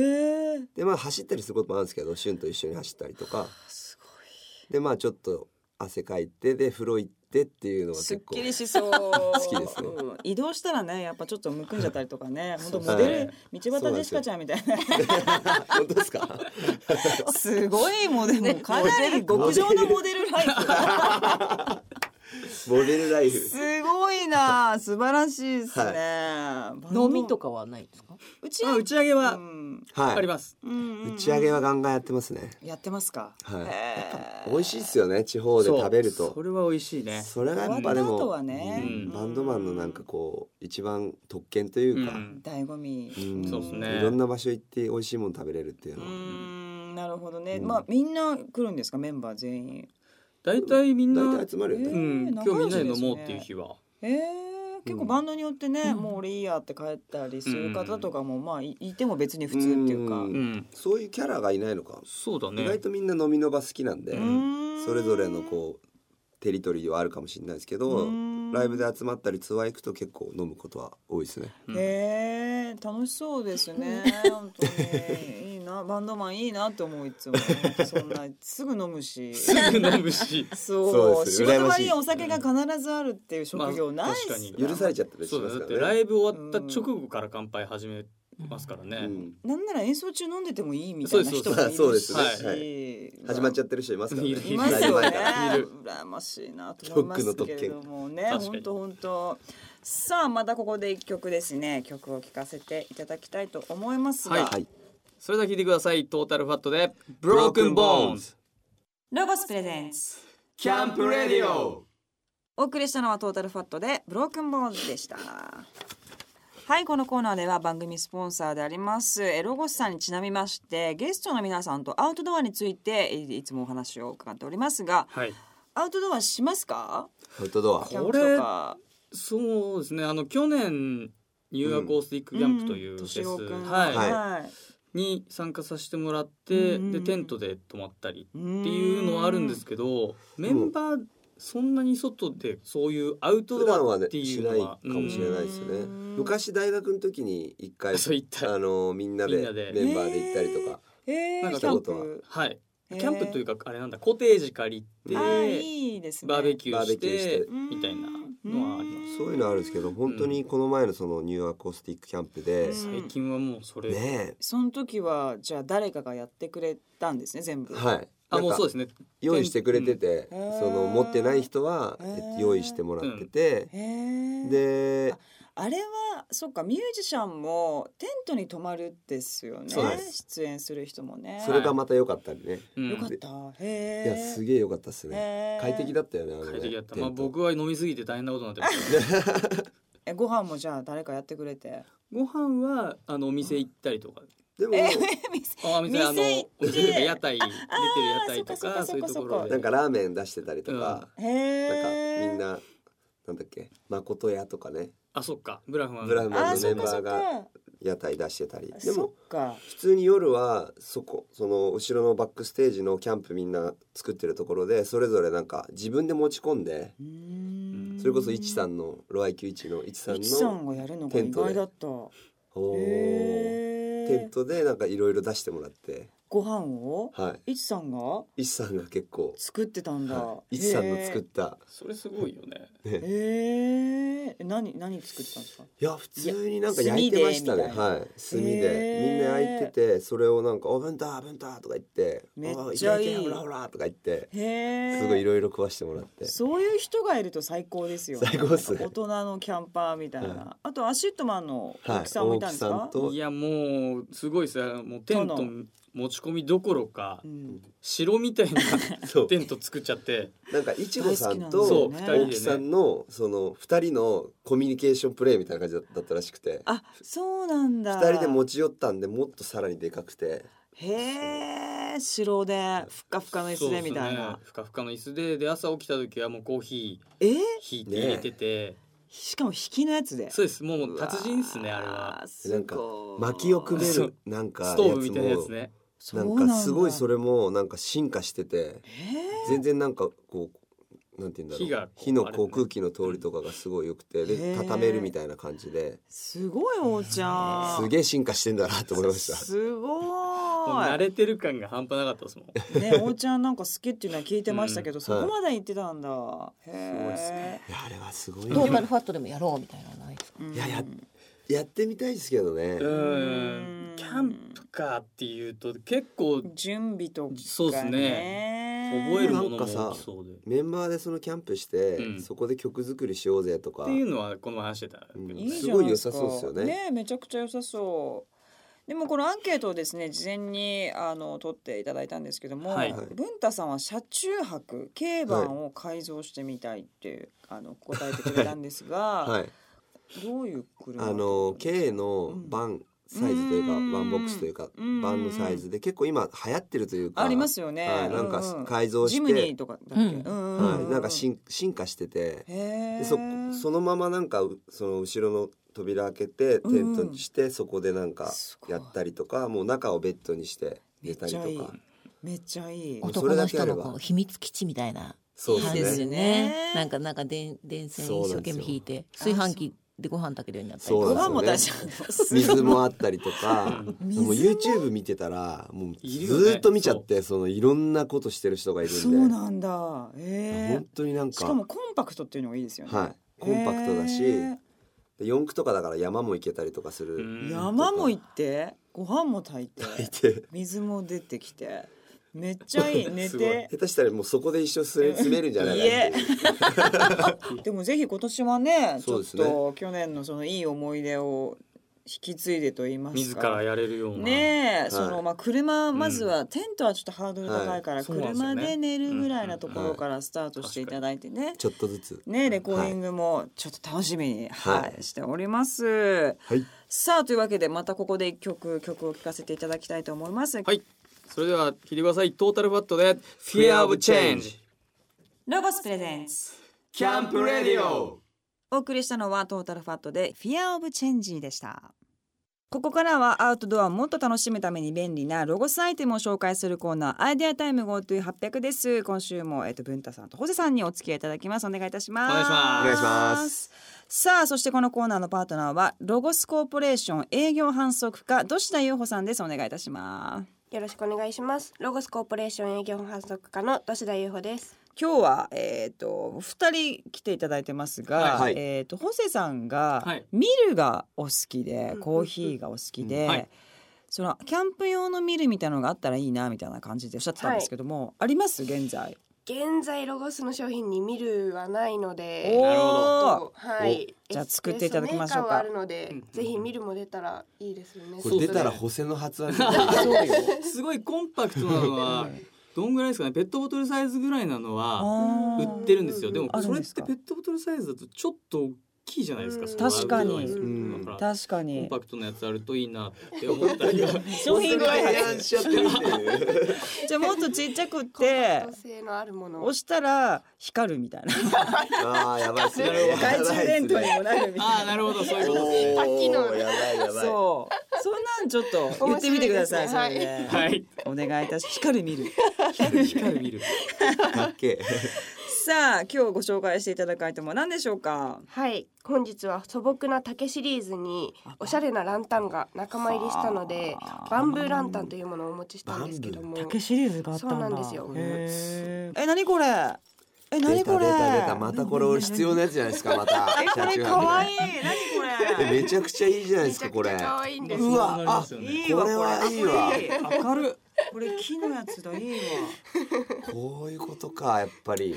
Speaker 1: え。
Speaker 3: でまあ走ったりすることもあるんですけど旬と一緒に走ったりとか
Speaker 1: すご
Speaker 3: でまあちょっと汗かいてで風呂行ってっていうの
Speaker 1: い。
Speaker 3: は
Speaker 1: すっ
Speaker 3: 結構
Speaker 1: きりしそう。
Speaker 3: きですね
Speaker 1: うん移動したらね、やっぱちょっとむくんじゃったりとかね、本当
Speaker 2: そ
Speaker 1: モ
Speaker 2: う
Speaker 1: デ
Speaker 2: です
Speaker 1: ル、
Speaker 2: ね
Speaker 1: 道端ジェシカちゃんみたいな。
Speaker 3: *laughs* 本当ですか *laughs*
Speaker 1: すごいモデル、もうかなり極上のモデルライフ。
Speaker 3: モデルライフ
Speaker 1: すごいな素晴らしいですね、
Speaker 4: 飲みと
Speaker 1: か
Speaker 4: かはないんですか。
Speaker 1: 打ち
Speaker 2: あ打ち上げは
Speaker 1: うん
Speaker 3: はい
Speaker 2: あります。
Speaker 1: うんうんうん
Speaker 3: 打ち上げはガンガンやってますね
Speaker 1: やってますか、
Speaker 3: はい
Speaker 1: へー
Speaker 3: 美味しいですよね地方で
Speaker 2: そう
Speaker 3: 食べる
Speaker 2: そ
Speaker 3: と
Speaker 2: れは美味しいね。
Speaker 3: それがやっ
Speaker 1: 終わ
Speaker 3: ぱ
Speaker 1: っ
Speaker 3: で
Speaker 1: た後は
Speaker 3: も
Speaker 1: ね、
Speaker 2: うん
Speaker 3: バンドマンのなんかこう一番特権というか
Speaker 2: うん
Speaker 1: 醍醐味、
Speaker 3: うん
Speaker 2: そうっすね
Speaker 3: いろんな場所行って美味しいもの食べれるっていう
Speaker 1: う
Speaker 3: のは
Speaker 1: んなるほどね、
Speaker 3: うん
Speaker 1: まあみんな来るんですかメンバー全員
Speaker 2: 大体みんな、
Speaker 3: 大
Speaker 2: う
Speaker 3: 体集まるよね
Speaker 2: ん、
Speaker 1: 仲
Speaker 2: 今日
Speaker 1: 良し
Speaker 2: みんなで
Speaker 1: です
Speaker 2: 飲
Speaker 1: ね
Speaker 2: もうっていう日は。
Speaker 1: えー、結構バンドによってね、
Speaker 4: うん
Speaker 1: もう俺いいやって帰ったりする方とかも、まあいいても別に普通っていうか、
Speaker 3: うん
Speaker 2: うん、
Speaker 3: そういうキャラがいないのか
Speaker 2: そうだ
Speaker 3: 意
Speaker 2: ね
Speaker 3: 外。とみんな飲みの場好きなんで
Speaker 1: うん
Speaker 3: それぞれのこうテリトリーはあるかもしれないですけど
Speaker 1: うん
Speaker 3: ライブで集まったりツアー行くと結構飲むことは多いですね
Speaker 2: うん
Speaker 1: へえ楽しそうですね本当にいい
Speaker 3: *laughs*
Speaker 1: なバンドマンいいなって思ういつもそんなすぐ飲むし
Speaker 2: すぐ *laughs* 飲むし。
Speaker 1: そ
Speaker 3: そううです
Speaker 1: 仕
Speaker 3: 羨
Speaker 1: 事
Speaker 3: ま
Speaker 1: 場
Speaker 3: しい
Speaker 1: にお酒が必ずあるっていう職業ないっす、
Speaker 2: まあ確かに
Speaker 3: 許されちゃったりし
Speaker 2: そう
Speaker 3: ま
Speaker 2: だね
Speaker 3: す
Speaker 2: だ
Speaker 3: か
Speaker 2: って
Speaker 3: ら
Speaker 2: ラ
Speaker 3: ね
Speaker 2: イブ終わった直後から乾杯始めますからね。
Speaker 3: うん
Speaker 1: なんなら演奏中飲んでてもいいみたいな人もいるし
Speaker 3: そうです
Speaker 2: そうです
Speaker 1: し
Speaker 3: はい始まっちゃってる人いますからね
Speaker 2: いる
Speaker 1: います
Speaker 3: ライブ
Speaker 1: よね
Speaker 3: 前から
Speaker 2: いる
Speaker 1: 羨ましいなと思いますけれどもね
Speaker 2: ロックの特権確か
Speaker 1: 本
Speaker 2: に
Speaker 1: 当本当さあまたここで一曲ですね曲を聴かせていただきたいと思いますが、
Speaker 2: はい
Speaker 3: はい
Speaker 2: それでは聞いてください。トータルファットで Broken Bones。
Speaker 1: ロゴスプレゼンツ
Speaker 3: キャンプレディオ
Speaker 1: お送りしたのはトータルファットでブロークンボーンズでしたはいこのコーナーでは番組スポンサーでありますえロゴスさんにちなみましてゲストの皆さんとアウトドアについてえいつもお話を伺っておりますが
Speaker 2: はい。
Speaker 1: アウトドアしますか
Speaker 3: アウトドア
Speaker 1: キャンプとか
Speaker 2: そうですね。あの去年ニューアコースティックキャンプというフェス、
Speaker 1: 敏郎君
Speaker 2: はい
Speaker 3: はい
Speaker 1: はい
Speaker 2: に参加させてもらって、
Speaker 1: うんうんう
Speaker 2: で
Speaker 1: ん
Speaker 2: テントで泊まったり
Speaker 1: っ
Speaker 2: っていうのはあるんですけど、メンバーそんなに外でそういうアウト
Speaker 3: 普段
Speaker 2: ド
Speaker 3: は
Speaker 2: アっ
Speaker 3: ね
Speaker 2: てい
Speaker 3: し
Speaker 2: うの
Speaker 3: な
Speaker 2: はい
Speaker 3: かもしれないです
Speaker 1: う
Speaker 3: ね
Speaker 1: ん
Speaker 3: 昔大学の時に一
Speaker 2: う
Speaker 3: 回
Speaker 2: んそういった
Speaker 3: あのみんな
Speaker 2: みん
Speaker 3: で
Speaker 2: なで
Speaker 3: メンバーで行ったりとか
Speaker 1: えー、
Speaker 2: なんか
Speaker 1: キャン
Speaker 3: そういう
Speaker 1: プ
Speaker 2: はい
Speaker 1: へー
Speaker 2: キャンプというかあれなんだコテージ借りて
Speaker 3: あ
Speaker 1: あいいですね
Speaker 2: バーベキューし
Speaker 3: バーベキューしてて
Speaker 2: みたいなのはあります
Speaker 3: そういうのあるんですけど本当にこの前のそのニューアコースティックキャンプで
Speaker 1: う、ん
Speaker 2: 最近はもうそれ、
Speaker 3: ね
Speaker 1: その時はじゃあ誰かがやってくれたんですね全
Speaker 3: え
Speaker 1: 部
Speaker 3: はい
Speaker 2: あもうそう
Speaker 3: う
Speaker 2: ですね
Speaker 3: 用意してくれてて、
Speaker 1: うんへー
Speaker 3: その持ってない人はえ
Speaker 1: へー
Speaker 3: 用意してもらってて、
Speaker 1: へえ
Speaker 3: で
Speaker 1: あれはそっかミュージシャンもテントに泊まるですよね
Speaker 2: そうです
Speaker 1: 出演する人もね
Speaker 3: それがまた良かったりね、
Speaker 2: うん
Speaker 1: よかったへ
Speaker 3: い
Speaker 1: え
Speaker 3: やすげえ良かったっすね、
Speaker 1: へー
Speaker 3: 快適だったよねあのね
Speaker 2: 快適だった、まあ、
Speaker 3: テント
Speaker 2: 僕は飲みすぎて大変なことになってま
Speaker 3: *laughs*
Speaker 2: したね
Speaker 1: えご飯もじゃあ誰かやってくれて
Speaker 2: ご飯はあのお店行ったりとか
Speaker 3: でも、
Speaker 1: え店
Speaker 2: あお店あの
Speaker 1: 店行って
Speaker 2: お店というか屋台出てる屋台と
Speaker 1: そっか
Speaker 2: か
Speaker 1: そっ
Speaker 2: そうい
Speaker 1: か
Speaker 2: う
Speaker 1: そっか
Speaker 2: ところで
Speaker 3: なんかラーメン出してたりとか、
Speaker 1: へ
Speaker 3: なんかみ
Speaker 1: え
Speaker 3: んななんだっけ誠屋とかね
Speaker 2: あそっかブラフマン
Speaker 3: ブラフマン
Speaker 1: あ
Speaker 3: の
Speaker 1: そ
Speaker 3: メ
Speaker 1: っ
Speaker 3: ン
Speaker 1: かそ
Speaker 3: バ
Speaker 1: っ
Speaker 3: ーが
Speaker 1: か
Speaker 3: 屋台出してたりで
Speaker 1: そ
Speaker 3: も
Speaker 1: っか
Speaker 3: 普通に夜はそこその後ろのバックステージのキャンプみんな作ってるところでそれぞれなんか自分で持ち込んで
Speaker 1: うーん
Speaker 3: それこそいちさんのロアイキュイチのいちさん
Speaker 1: いちさん
Speaker 3: の
Speaker 1: がやるのが意外だった
Speaker 3: おー
Speaker 1: へ
Speaker 3: テ
Speaker 1: え
Speaker 3: ントでなんかいろいろ出してもらって
Speaker 1: ご飯を
Speaker 3: はい
Speaker 1: いちさんが
Speaker 3: いちさんが結構
Speaker 1: 作ってたんだ、
Speaker 3: はいいちさんの作った
Speaker 2: それすごいよね
Speaker 1: へええ何何作ってたんですか
Speaker 3: いや普通になんか焼いてましたね
Speaker 1: 炭でみたいな
Speaker 3: はい炭
Speaker 1: へ
Speaker 3: で
Speaker 1: ー
Speaker 3: みんな焼いててそれをなんか「オーブンだオーブンだ」とか言って「
Speaker 1: めっちゃいい
Speaker 3: おけけほらほら」とか言って
Speaker 1: へえ
Speaker 3: すごいいろいろ食わしてもらって
Speaker 1: そういう人がいると最高ですよね。
Speaker 3: 最高っすね
Speaker 1: 大人のキャンパーみたいな。
Speaker 3: は
Speaker 1: あとアシットマンの
Speaker 3: はい
Speaker 1: 奥さんもいたんですか。
Speaker 3: 大木さんと
Speaker 2: いやもうすごいですよもうテント持ち込みどころか
Speaker 1: うん、
Speaker 2: 城
Speaker 1: *laughs*
Speaker 2: みたいな
Speaker 3: そう
Speaker 2: テント作っちゃって
Speaker 3: なんかいちごさん
Speaker 1: そ
Speaker 3: と
Speaker 1: う二人でね
Speaker 3: 大木さんのその二人のコミュニケーションプレイみたいな感じだったらしくて
Speaker 1: あ、そうなんだ。
Speaker 3: 二人で持ち寄ったんでもっとさらにでかくて
Speaker 1: へえ、城でふっかふかの椅子でみたい
Speaker 2: そう
Speaker 1: な
Speaker 2: っすね。ふかふかの椅子でで朝起きた時はもうコーヒ
Speaker 1: え
Speaker 2: ー引いて入れてて、
Speaker 1: しかも引きのやつで。
Speaker 2: そうですもう達人ですねあれは
Speaker 1: わー。す
Speaker 3: なんか
Speaker 1: ごい
Speaker 3: 薪を組め
Speaker 2: そ
Speaker 3: る
Speaker 2: う
Speaker 3: なんか
Speaker 2: ストーブみたいなやつね
Speaker 1: そ
Speaker 3: な
Speaker 1: うんだ
Speaker 3: かすごいそれもなんか進化してて
Speaker 1: へ
Speaker 3: 全然なんかこうなんて言うんだろう
Speaker 2: 火がこう
Speaker 3: の
Speaker 2: あれ
Speaker 3: こ
Speaker 2: だ
Speaker 3: う
Speaker 2: ね
Speaker 3: 空気の通りとかがすごい良くて
Speaker 1: へ
Speaker 3: で
Speaker 1: ー
Speaker 3: 畳めるみたいな感じです
Speaker 1: ごいおうちゃん。
Speaker 3: すげえ進化してんだなと思いまし
Speaker 1: すご
Speaker 2: もう
Speaker 1: い。
Speaker 2: 慣れてる感が半端なかったですもん
Speaker 1: ね、おうちゃんなんか好きっていうのは聞いてましたけど、
Speaker 3: ん
Speaker 1: そこまで言ってたんだ。へ
Speaker 2: ごいっす
Speaker 1: え
Speaker 2: ね。
Speaker 3: たいやあれはすごい
Speaker 4: トータ
Speaker 3: な
Speaker 4: ルファットでもやろうみたいなのはないですか。
Speaker 1: うん
Speaker 3: いややっやってみたいですけどね
Speaker 2: うん
Speaker 1: うん
Speaker 2: キャンプかっていうと結構
Speaker 1: 準備とか、ね、
Speaker 2: そうっすね覚えるものも
Speaker 3: なんかさ
Speaker 2: 多そうで。っ
Speaker 3: メンバーでそのキャンプして、
Speaker 2: うん
Speaker 3: そこで曲作りしようぜとか
Speaker 2: ていうのはこの前話してたけどね
Speaker 3: うん
Speaker 1: いいじ
Speaker 3: す
Speaker 1: ゃな
Speaker 3: ご
Speaker 1: い
Speaker 3: い
Speaker 1: で
Speaker 3: 良
Speaker 1: す
Speaker 3: さ
Speaker 1: か
Speaker 3: そうですよね
Speaker 1: ねえめちゃくちゃ良さそう。でもこのアンケートをですね事前にあの取っていただいたんですけども、
Speaker 2: はい
Speaker 1: 文太さんは車中泊軽バンを改造してみたいって、あの答えてくれたんですが、
Speaker 3: *laughs* はい
Speaker 1: どういう車
Speaker 3: あの K のバンサイズというか、
Speaker 1: うん
Speaker 3: ワンボックスというか、
Speaker 1: うん
Speaker 3: バンのサイズで結構今流行ってるというか
Speaker 1: ありますよね。
Speaker 3: はい、なん
Speaker 1: うう
Speaker 3: か改造
Speaker 1: ジ
Speaker 3: し
Speaker 1: ムニー
Speaker 3: て、
Speaker 1: とかだっけ、
Speaker 4: うん
Speaker 1: うんう
Speaker 3: はい、なんか
Speaker 1: し
Speaker 3: 進進化してて
Speaker 1: へ
Speaker 3: で
Speaker 1: え
Speaker 3: そそのままなんかうその後ろの扉開けてテントにして、そこでなんか
Speaker 1: すごい
Speaker 3: やったりとかもう中をベッドにして寝たりとか
Speaker 1: めっちゃいいめっちゃいい。
Speaker 3: もう
Speaker 4: 男
Speaker 3: それ
Speaker 4: の人の
Speaker 3: だけあれ
Speaker 4: こ
Speaker 3: ば
Speaker 4: う秘密基地みたいな
Speaker 3: そう
Speaker 1: いい
Speaker 4: 感
Speaker 1: で
Speaker 4: じ
Speaker 1: す
Speaker 4: で
Speaker 1: よ
Speaker 4: ね
Speaker 1: ね
Speaker 4: なんかなん *laughs* か電電線
Speaker 3: そう
Speaker 4: 一
Speaker 3: な
Speaker 4: 生
Speaker 3: んで
Speaker 4: 懸
Speaker 3: すよ
Speaker 4: 命引いて
Speaker 1: あそう
Speaker 4: 炊飯器でご飯炊けるようになったり
Speaker 3: そ
Speaker 1: ご
Speaker 3: う
Speaker 4: と
Speaker 1: 飯
Speaker 3: な
Speaker 4: か
Speaker 3: ん
Speaker 1: も
Speaker 3: で
Speaker 1: 出
Speaker 3: す
Speaker 1: し
Speaker 3: よ
Speaker 1: ゃ
Speaker 3: 水もあったり
Speaker 1: *laughs*
Speaker 3: とか
Speaker 2: うん
Speaker 3: もう YouTube 見てたらもう
Speaker 2: いる
Speaker 3: ず
Speaker 2: よね
Speaker 3: ーっと見ちゃってそのいろんなことしてる人がいるんで
Speaker 1: そうなんだ。え
Speaker 3: 本当になん
Speaker 1: え。
Speaker 3: か
Speaker 1: しかもコンパクトっていうのがいいですよね。
Speaker 3: はいコンパクトだし、
Speaker 1: へえ
Speaker 3: で四駆とかだから山も行けたりとかする、
Speaker 2: うん
Speaker 1: 山も行ってご飯も炊いて
Speaker 3: いて
Speaker 1: 水も出てきてめっちゃ
Speaker 3: *laughs*
Speaker 1: いい寝て
Speaker 3: 下手したらもうそこで一
Speaker 1: *laughs*
Speaker 3: 生すれ住めるんじゃないかっていう
Speaker 1: でもぜひ今年はねち
Speaker 3: そう
Speaker 1: ょっ
Speaker 3: ですね
Speaker 1: と去年のそのいい思い出を引き継いでと言いますか
Speaker 2: 自らやれるような。
Speaker 1: ねえ、
Speaker 3: い
Speaker 1: そのまあ車まずは、テントはちょっとハードル高いから、
Speaker 2: はいそうなんですよ
Speaker 1: 車
Speaker 2: ね
Speaker 1: で寝るぐらいなところからスタートしていただいてね、
Speaker 3: ちょっとずつ
Speaker 1: ねえレコーディングもちょっと楽しみに、はい
Speaker 3: はい
Speaker 1: しております。
Speaker 3: はい
Speaker 1: さあというわけでまたここで一曲曲を聴かせていただきたいと思います。
Speaker 2: はい。それでは聞いてください。トータルファットで Fear of Change。
Speaker 1: ロゴスプレゼンス
Speaker 3: キャンプレディオ
Speaker 1: お送りしたのはトータルファットで Fear of Change でした。ここからはアウトドアをもっと楽しむために便利なロゴスアイテムを紹介するコーナーアイデアタイム GoTo800 です。今週もえっと文太さんとホセさんにお付き合いいただきます。お願いいたします。
Speaker 2: お願いします
Speaker 3: お願いします。
Speaker 1: さあそしてこのコーナーのパートナーはロゴスコーポレーション営業販促課土田裕穂さんです。お願いいたします。
Speaker 5: よろしくお願いします。ロゴスコーポレーション営業販促課の土田優穂です。
Speaker 1: 今日はえっ、と二人来ていただいてますが、
Speaker 3: はい
Speaker 1: えっ、とホセさんが、
Speaker 2: はい
Speaker 1: ミルがお好きで
Speaker 5: うん
Speaker 1: コーヒーがお好きで、
Speaker 2: うんはい
Speaker 1: そのキャンプ用のミルみたいなのがあったらいいなみたいな感じでおっしゃってたんですけども、あります現在
Speaker 5: 現在ロゴスの商品に見るはないので、
Speaker 2: なるほ
Speaker 1: おー
Speaker 5: とはい。
Speaker 1: じゃあ作っていただきましょうか
Speaker 5: エスプレッソメーカーはあるので
Speaker 2: うんうん、
Speaker 5: ぜひ見るも出たらいいですよね。
Speaker 3: こ
Speaker 2: そう
Speaker 3: れ
Speaker 2: で
Speaker 3: 出
Speaker 2: すね
Speaker 3: たら補正の発案
Speaker 1: そうよ
Speaker 2: すごいコンパクトなの *laughs* はどんぐらいですかね。ペットボトルサイズぐらいなのは
Speaker 1: あ
Speaker 2: 売
Speaker 1: ー
Speaker 2: ってるんですよ。でも
Speaker 1: あるん
Speaker 2: それ
Speaker 1: で
Speaker 2: っ
Speaker 1: すか
Speaker 2: てペットボトルサイズだとちょっと大きいじゃないですか。
Speaker 5: うん
Speaker 2: その
Speaker 1: 確かに
Speaker 2: アウトドアにするのだから
Speaker 1: 確か
Speaker 2: コン
Speaker 1: に
Speaker 2: パクトなやつあるといいなって思ったりは。
Speaker 1: 商品開
Speaker 3: 提
Speaker 1: 発
Speaker 3: 案しちゃってるっていう
Speaker 1: じゃあもっとちっちゃくっ
Speaker 5: コンパ
Speaker 1: て
Speaker 5: クト性のあるもの。
Speaker 1: 押したら光るみたいな
Speaker 3: *laughs* ああやばいっすね
Speaker 1: *laughs* 懐中電灯に
Speaker 3: *laughs*
Speaker 1: もなるみ
Speaker 2: あ
Speaker 1: たい
Speaker 2: あな
Speaker 1: な
Speaker 2: るほどそういうことですね。
Speaker 3: おー
Speaker 5: 機能
Speaker 3: やばいやば
Speaker 1: そ
Speaker 3: い
Speaker 1: うそんなんちょっと言ってみてくださいそ
Speaker 5: 面白
Speaker 1: れ
Speaker 5: いですね
Speaker 1: で、
Speaker 2: はい。
Speaker 1: お願いいたし光る見る
Speaker 2: 光る見る。
Speaker 3: かっけ
Speaker 1: さあ今日ご紹介していただくアイテムは何でしょうか
Speaker 5: はい。本日は素朴な竹シリーズにおしゃれなランタンが仲間入りしたので
Speaker 1: はあ、
Speaker 5: バンブーランタンというものをお持ちしたんですけども、
Speaker 1: 竹シリーズがあったんだ
Speaker 5: そうなんですよ
Speaker 1: へーえ何これえ
Speaker 3: え
Speaker 1: 何
Speaker 3: 出
Speaker 1: こ
Speaker 3: た
Speaker 1: れ
Speaker 3: 出た出たまたこれ俺必要なやつじゃないですかまた
Speaker 1: えこれ可
Speaker 3: *laughs*
Speaker 1: 愛い
Speaker 3: い
Speaker 1: 何これ
Speaker 3: めちゃくちゃいいじゃないで
Speaker 5: め
Speaker 3: す
Speaker 5: ちゃ
Speaker 3: か
Speaker 5: く
Speaker 3: こ
Speaker 5: ち
Speaker 3: れ
Speaker 5: ゃ可愛いんです。
Speaker 3: うわ
Speaker 2: そうなりますよね
Speaker 1: いいわこ
Speaker 3: こ
Speaker 1: れ
Speaker 3: れはいいわ
Speaker 1: かっこいい明るこれ木のやつだいいわ
Speaker 3: こういうことかやっぱり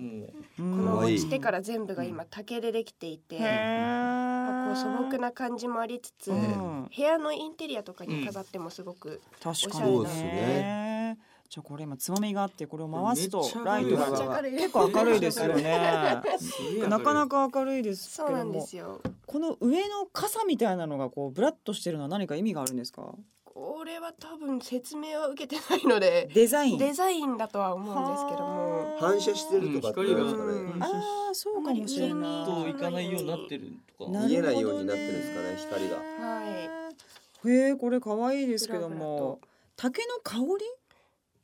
Speaker 2: もう
Speaker 5: この
Speaker 3: 可愛い
Speaker 5: 持ち手から全部が今竹でできていて、まあこう素朴な感じもありつつ、
Speaker 1: うん
Speaker 5: 部屋のインテリアとかに飾ってもすごく、
Speaker 1: 確か
Speaker 5: そ
Speaker 1: に
Speaker 5: う
Speaker 1: ね
Speaker 5: です
Speaker 1: じゃあこれ今つまみがあってこれを回すと
Speaker 2: めっちゃ
Speaker 1: ラ
Speaker 2: 明
Speaker 1: イ
Speaker 2: る
Speaker 1: ト
Speaker 2: い
Speaker 1: が
Speaker 2: めっちゃ
Speaker 5: 明るい
Speaker 1: 結構明るいですよね
Speaker 2: すげえ明るい
Speaker 1: なかなか明るいです
Speaker 5: そう
Speaker 1: け
Speaker 5: な
Speaker 1: ど
Speaker 5: んで
Speaker 1: も
Speaker 5: すよ
Speaker 1: この上の傘みたいなのがこうブラッとしてるのは何か意味があるんですか
Speaker 5: これは多分説明は受けてないので
Speaker 1: デザイン
Speaker 5: デザインだとは思うんですけども
Speaker 3: 反射してるとかってことですかね、
Speaker 5: うん
Speaker 1: ああそうかもしれ
Speaker 5: あんまり
Speaker 1: な
Speaker 2: と
Speaker 1: い
Speaker 2: いかないようになってるとか。
Speaker 1: な
Speaker 3: 見え
Speaker 1: るほどね
Speaker 3: ないようになってるんですかね光が
Speaker 1: はいへえこれ可愛いですけども竹の香り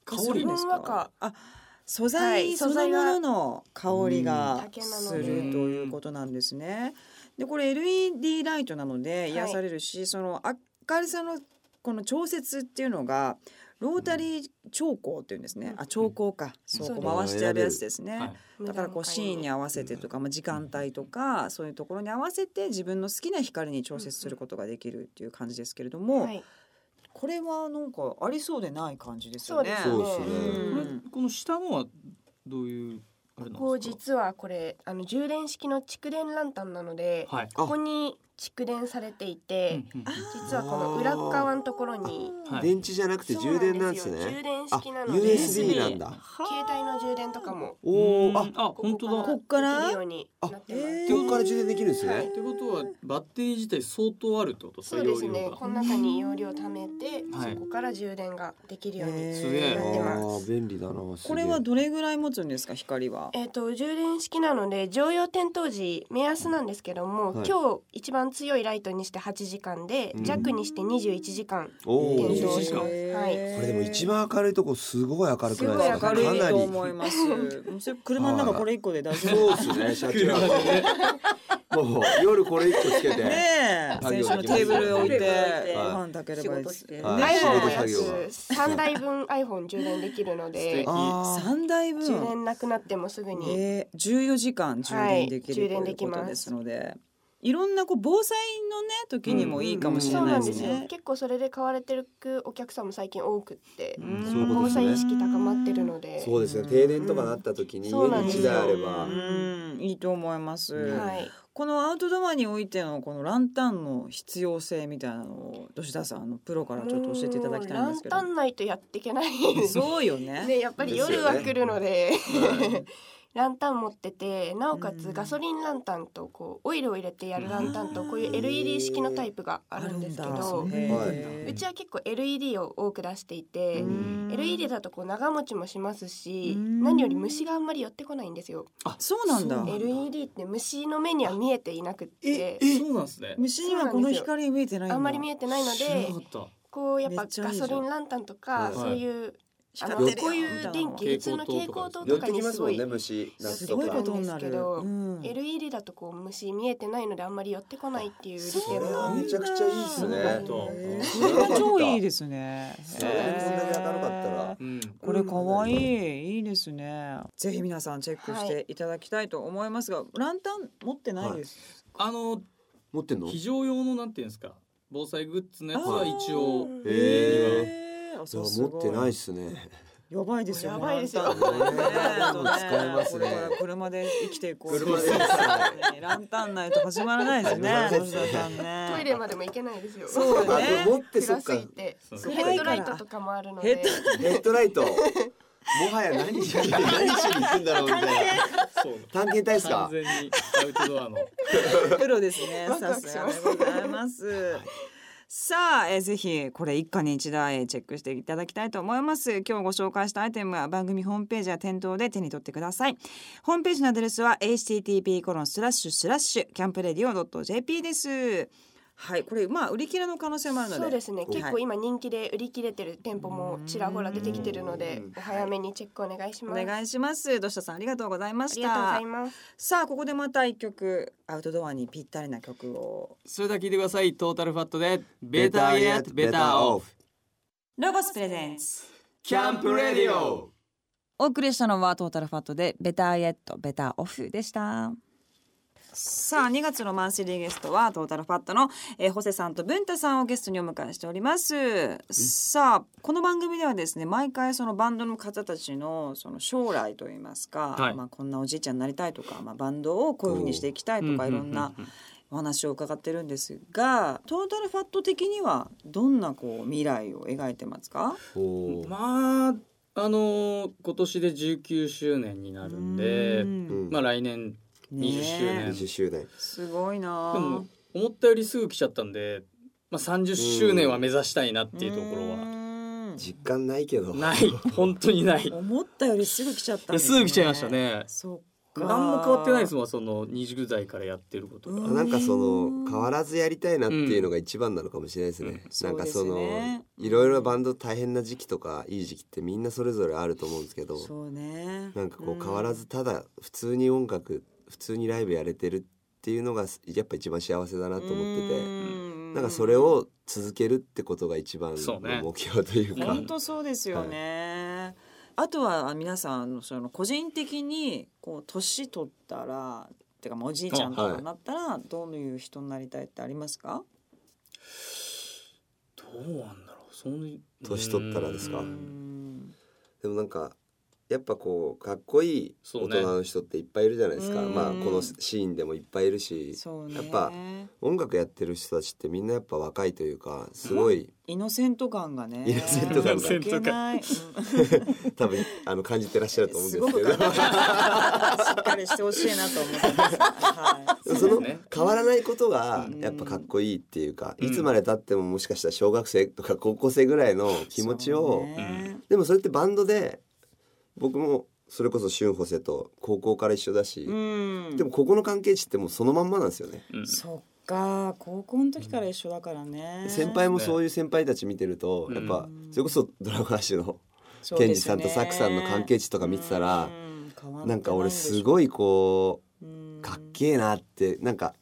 Speaker 2: 香り
Speaker 1: がするん
Speaker 5: ほんわか
Speaker 1: あ素
Speaker 5: は
Speaker 1: 材
Speaker 5: い
Speaker 1: そ
Speaker 5: 素
Speaker 1: の
Speaker 5: 材
Speaker 1: も
Speaker 5: は
Speaker 1: のの香り
Speaker 5: うん
Speaker 1: が
Speaker 5: 竹なの
Speaker 1: す
Speaker 5: で
Speaker 1: るということなんですね。でこれ LED ライトなので
Speaker 5: い
Speaker 1: 癒されるし、その明るさのこの調節っていうのがロータリー調光っていうんですね。あ調光か、そうこう
Speaker 5: そ
Speaker 1: 回し
Speaker 3: です
Speaker 5: う
Speaker 1: てやるやつですね。
Speaker 2: はい
Speaker 1: だからこうシーンに合わせてとか、まあ、時間帯とかそういうところに合わせて自分の好きな光に調節することができるっていう感じですけれども、
Speaker 5: はい
Speaker 1: これはなんかありそうでない感じです
Speaker 5: そ
Speaker 1: よ
Speaker 5: うで
Speaker 1: ね。
Speaker 5: す
Speaker 3: そ
Speaker 5: ね
Speaker 3: うです
Speaker 2: こ
Speaker 3: ね
Speaker 2: れ
Speaker 1: うん
Speaker 2: この下のはどういうあれなんですか。
Speaker 5: ここ実はこれあの充電式の蓄電ランタンなので、
Speaker 2: はい。
Speaker 5: ここに蓄電されてい
Speaker 2: うん
Speaker 5: て、
Speaker 2: うんうん
Speaker 5: 実はこの裏側のところに
Speaker 2: はい
Speaker 3: 電池じゃなくて充電なんです
Speaker 5: そうなんですよ充
Speaker 3: ね。
Speaker 5: 電
Speaker 3: あ
Speaker 5: 式なので
Speaker 3: USB なんだ。
Speaker 5: 携帯の充電とかも
Speaker 3: おおあ
Speaker 2: あ本当だ。
Speaker 5: こ
Speaker 2: っ
Speaker 5: こからできるようになってます、
Speaker 1: えー
Speaker 3: ここから充電できるんです
Speaker 5: は
Speaker 3: ね
Speaker 5: い。
Speaker 2: てことはバッテリー自体相当あるってことですか
Speaker 5: そうです
Speaker 2: 容量
Speaker 5: ね
Speaker 2: が
Speaker 5: この中に容量貯めて、
Speaker 2: はい
Speaker 5: そこから充電ができるように
Speaker 2: すげえ
Speaker 5: なって
Speaker 3: あ
Speaker 5: ます
Speaker 3: ー便利だな。すげえ
Speaker 1: これはどれぐらい持つんですか光は。
Speaker 5: えー、と充電式なので常用点灯時目安なんですけども、
Speaker 3: はい
Speaker 5: 今日一番強いライトにして8時間で、
Speaker 3: うん
Speaker 5: 弱にして21時間
Speaker 3: おお
Speaker 5: 電
Speaker 3: こ
Speaker 5: 動
Speaker 2: 動
Speaker 5: し
Speaker 2: 式
Speaker 5: ます、はい、
Speaker 3: れでも一番明るいとこすごい明るく
Speaker 1: す
Speaker 3: ない
Speaker 1: ごい
Speaker 3: ですか。
Speaker 1: 明るい
Speaker 3: かな
Speaker 1: と
Speaker 3: り
Speaker 1: 思います。それ車の中これ一個で大丈夫。
Speaker 3: そうですね。車中泊。もう夜これ一個つけて。
Speaker 1: ねえ、
Speaker 3: 作
Speaker 1: 先
Speaker 3: 業
Speaker 1: 週の
Speaker 3: で
Speaker 1: テ
Speaker 3: きます
Speaker 1: ーブル置いて、
Speaker 4: はい
Speaker 1: ご飯炊ければいいで
Speaker 4: 仕事し
Speaker 1: す。
Speaker 4: て
Speaker 1: ね
Speaker 3: はい仕事
Speaker 1: え
Speaker 3: し
Speaker 5: iPhone
Speaker 3: 作業は
Speaker 5: のやつ3台分 iPhone 充電できるので
Speaker 3: あー
Speaker 1: 三台
Speaker 5: 充
Speaker 1: 分。
Speaker 5: 電なくなってもすぐに、
Speaker 1: えー、14時間充電できる、
Speaker 5: は
Speaker 1: と
Speaker 5: い充電
Speaker 1: い
Speaker 5: で
Speaker 1: う
Speaker 5: き
Speaker 1: こ
Speaker 5: ます
Speaker 1: とですのでいろんなこう防災のね時にもいいかもしれ
Speaker 5: そう
Speaker 1: な
Speaker 5: ないん
Speaker 1: で
Speaker 5: ですす
Speaker 1: ね。
Speaker 5: よ結構それで買われてるお客さんも最近多くって、
Speaker 1: ん
Speaker 3: そういうこと
Speaker 5: 防
Speaker 3: です
Speaker 5: 災意
Speaker 3: ね。
Speaker 5: 識高まってるので
Speaker 3: そうですね。停電とかなった時に
Speaker 5: そうな
Speaker 3: 家
Speaker 5: ん
Speaker 3: に
Speaker 5: です
Speaker 3: 一
Speaker 5: よ
Speaker 3: 台あれ
Speaker 1: う
Speaker 3: ば。
Speaker 1: ん、いいと思います、
Speaker 3: うん
Speaker 5: はい
Speaker 1: このアウトドアにおいてのこのランタンの必要性みたいなのを吉田さんあのプロからちょっと教えていただきたいんですけど
Speaker 5: もうランタンないとやっていけない
Speaker 1: そうよね
Speaker 5: *laughs* ねやっぱり
Speaker 3: ですよ
Speaker 5: 夜
Speaker 3: ね
Speaker 5: は来るので
Speaker 3: はい
Speaker 5: *laughs* ランタン持っててなおか
Speaker 1: うん
Speaker 5: つガソリンランタンとこうオイルを入れてやるランタンとこういう LED 式のタイプがあるんですけ
Speaker 1: ある
Speaker 5: ど
Speaker 1: んだへー
Speaker 5: うちは結構 LED を多く出していて
Speaker 1: う。ん
Speaker 5: LED だとこう長持ちもしますし
Speaker 1: うん
Speaker 5: 何より虫があんまり寄ってこないんですよ
Speaker 2: あ
Speaker 1: そうなんだ
Speaker 2: そう
Speaker 5: LED って虫の目には見えていなくって
Speaker 2: そうなんですね。
Speaker 1: 虫にはこの光見えてないんだ
Speaker 5: あんまり見えてないの
Speaker 2: 知らな
Speaker 5: で
Speaker 2: かった。
Speaker 5: こうやっ
Speaker 1: め
Speaker 5: ぱ
Speaker 1: っちゃいい
Speaker 5: ガ
Speaker 1: じゃん
Speaker 5: ソリンランタンとか
Speaker 3: はい
Speaker 5: そういうあの
Speaker 1: 光ってる
Speaker 5: こう
Speaker 1: よ
Speaker 5: いう電気
Speaker 2: みた
Speaker 5: 普
Speaker 2: い
Speaker 5: 通
Speaker 2: な
Speaker 5: の蛍光灯
Speaker 3: 寄
Speaker 5: と
Speaker 3: っ
Speaker 5: か
Speaker 3: てき
Speaker 5: に
Speaker 3: ますすも
Speaker 5: ご
Speaker 3: ん
Speaker 5: い
Speaker 3: ね虫夏
Speaker 1: す
Speaker 3: と
Speaker 1: ごい
Speaker 3: か
Speaker 1: こ。とになる、うん、
Speaker 5: LED だとこう虫見えてないのであんまり寄ってこないっていう利点
Speaker 1: そうな
Speaker 5: も
Speaker 1: んだ
Speaker 3: めちゃくちゃいいです
Speaker 5: な
Speaker 3: ね
Speaker 5: ん。だ
Speaker 1: えー
Speaker 3: 知
Speaker 1: そ
Speaker 3: ら
Speaker 1: れ
Speaker 3: なかった
Speaker 1: は超いいですね。
Speaker 3: そうこんだけ明るかったら
Speaker 2: うん。
Speaker 1: これ可愛い、いいですね。ぜひ皆さんチェックしていただきたいと思いますが、ランタン持ってないです。
Speaker 2: あの
Speaker 3: 持ってんの？
Speaker 2: 非常用のなんていうんですか防災グッズのやつは一応
Speaker 5: うん
Speaker 3: え
Speaker 1: えーあ
Speaker 3: い
Speaker 1: そ
Speaker 3: や
Speaker 1: うす
Speaker 3: 持
Speaker 1: ご
Speaker 3: ってないっすね。
Speaker 1: やばいですよね。
Speaker 5: やばいですよ
Speaker 1: ランタンね
Speaker 3: うん使えますね
Speaker 1: これから車で生きていこう。
Speaker 3: 車で
Speaker 1: ランタンないと始まらないですね。
Speaker 3: 始まらないです
Speaker 1: 吉
Speaker 3: ね
Speaker 1: 田さんね。
Speaker 5: トイレまでも行けないですよ
Speaker 1: そうだ
Speaker 3: あ
Speaker 1: ね
Speaker 3: でも持ってそ
Speaker 5: 暗
Speaker 3: っ
Speaker 5: す
Speaker 3: か
Speaker 5: ぎて
Speaker 2: そ
Speaker 5: ヘ
Speaker 2: う
Speaker 5: ッドライトとかもあるの
Speaker 1: ヘ
Speaker 5: で
Speaker 1: ッド
Speaker 3: ヘッドライト。もはや何しに何しに行くんだろうみたいな。
Speaker 2: そう
Speaker 3: 探検隊です
Speaker 2: 完
Speaker 3: か。
Speaker 2: 全にアウトドアの
Speaker 1: プロです
Speaker 5: *laughs*
Speaker 1: ね。
Speaker 5: ワク
Speaker 1: さ
Speaker 5: ワクし
Speaker 1: すがで
Speaker 5: ま
Speaker 1: すございます。さあ、えーぜひこれ一家に一台チェックしていただきたいと思います今日ご紹介したアイテムは番組ホームページや店頭で手に取ってくださいホームページのアドレスは http コロンスラッシュスラッシュキャンプレディオ .jp ですはいこれまあ売り切れの可能性もあるので
Speaker 5: そうですね
Speaker 1: い
Speaker 5: 結構今人気で売り切れてる店舗もちらほら出てきてるので
Speaker 3: うん
Speaker 5: お早めにチェックお願いし
Speaker 1: お
Speaker 5: ますあ
Speaker 1: 願いしますどしたさんありがとうございまし
Speaker 5: りがとうご
Speaker 1: た
Speaker 5: ざいます
Speaker 1: さあここでまた一曲アウトドアにぴったりな曲を
Speaker 2: *laughs* それでは聞いてくださいトータルファットでベターやベターオフ
Speaker 3: フ。
Speaker 1: ロゴスプレゼンス
Speaker 3: キャンプレディオ。
Speaker 1: お送りしたのはトータルファットでベターイエットベターオフでしたさあ2月のマンスリーゲストはトータルファットの、えー、ホセさんと文太さんをゲストにお迎えしておりますさあこの番組ではですね毎回そのバンドの方たちのその将来といいますか、
Speaker 2: はい
Speaker 1: まあ、こんなおじいちゃんになりたいとか、まあ、バンドをこういうふうにしていきたいとかいろんなお話を伺ってるんですがトータルファット的にはどんなこう未来を描いてますか
Speaker 3: おー
Speaker 2: まああのー今年で19周年になるんで
Speaker 1: うん
Speaker 2: まあ来年
Speaker 1: ねえ
Speaker 2: 20周年
Speaker 3: 20周年。
Speaker 1: すごいなあ
Speaker 2: でも思ったよりすぐ来ちゃったんで、まあ、30周年は目指したいなっていうところは
Speaker 1: は
Speaker 3: 実感ないけど。
Speaker 2: ない本当にないい
Speaker 1: 思ったよりすぐ来ちゃったんで
Speaker 2: や
Speaker 1: すす、
Speaker 2: ぐ来ちゃいましたね
Speaker 1: そっか
Speaker 2: 何も変わってないです
Speaker 1: もん
Speaker 2: もんその20代からやってることが、
Speaker 1: う
Speaker 3: なんかその変わらずやりたいなっていうのが一番なのかもしれないです
Speaker 2: うん
Speaker 3: ね。
Speaker 1: うん
Speaker 3: なんかそ
Speaker 1: そう
Speaker 3: の
Speaker 1: ですね
Speaker 3: いろいろバンド大変な時期とかいい時期ってみんなそれぞれあると思うんですけど、
Speaker 1: そうね
Speaker 3: なんかこう変わらずただ普通に音楽普通にライブやれてるっていうのがやっぱ一番幸せだな
Speaker 1: だ
Speaker 3: と思ってて、
Speaker 1: て
Speaker 3: なんかそれを続けるってことが一番
Speaker 2: そ
Speaker 3: の
Speaker 2: うね
Speaker 3: 目標というか。
Speaker 1: 本当そうですよね、あとは皆さんのその個人的にこう年取ったらっていうかまあおじいちゃんとかになったらどういう人になりたいってありますか、
Speaker 2: どうなんだろうその
Speaker 3: 年取ったらですか
Speaker 2: う
Speaker 1: うんん
Speaker 3: でもなんかやっぱこうかっこいい
Speaker 2: そう
Speaker 3: 大
Speaker 2: ね
Speaker 3: 人の人っていっぱいいるじゃないですか、
Speaker 1: うん
Speaker 3: まあこのシーンでもいっぱいいるし
Speaker 1: そうね
Speaker 3: やっぱ音楽やってる人たちってみんなやっぱ若いというかすごい
Speaker 1: イノセント感がね
Speaker 3: イノセン
Speaker 2: 感
Speaker 3: ト
Speaker 2: が
Speaker 1: 抜けない
Speaker 3: 多分あの感じてらっしゃると
Speaker 1: うん
Speaker 3: 思うん
Speaker 1: す
Speaker 3: です
Speaker 1: ご
Speaker 3: け
Speaker 1: く
Speaker 3: ど
Speaker 1: 感動しっかりしてほしいなと思ってます、は
Speaker 3: でも
Speaker 2: そ
Speaker 3: そうの
Speaker 2: ですね
Speaker 3: 変わらないことが
Speaker 1: うん
Speaker 3: やっぱかっこいいっていうか、
Speaker 2: うん
Speaker 3: いつまでたってももしかしたら小学生とか高校生ぐらいの
Speaker 1: い、
Speaker 3: 気持ちを、
Speaker 1: そうね
Speaker 3: でもそれってバンドで僕もそれこそ俊補生と高校から一緒だし、
Speaker 1: うん
Speaker 3: でもここの関係値ってもうそのまんまなんですよね。
Speaker 2: うん
Speaker 1: そっか高校の時から一緒だからね、
Speaker 3: 先輩もそういう先輩たち見てると、
Speaker 2: うん
Speaker 3: やっぱそれこそドラマーの
Speaker 1: そう
Speaker 3: ケ
Speaker 1: ですね
Speaker 3: ンジさんとサクさんの関係値とか見てたら
Speaker 1: うん変わっていでしょ
Speaker 3: なんか俺すごいこ
Speaker 1: うん
Speaker 3: うかっけえなってなんか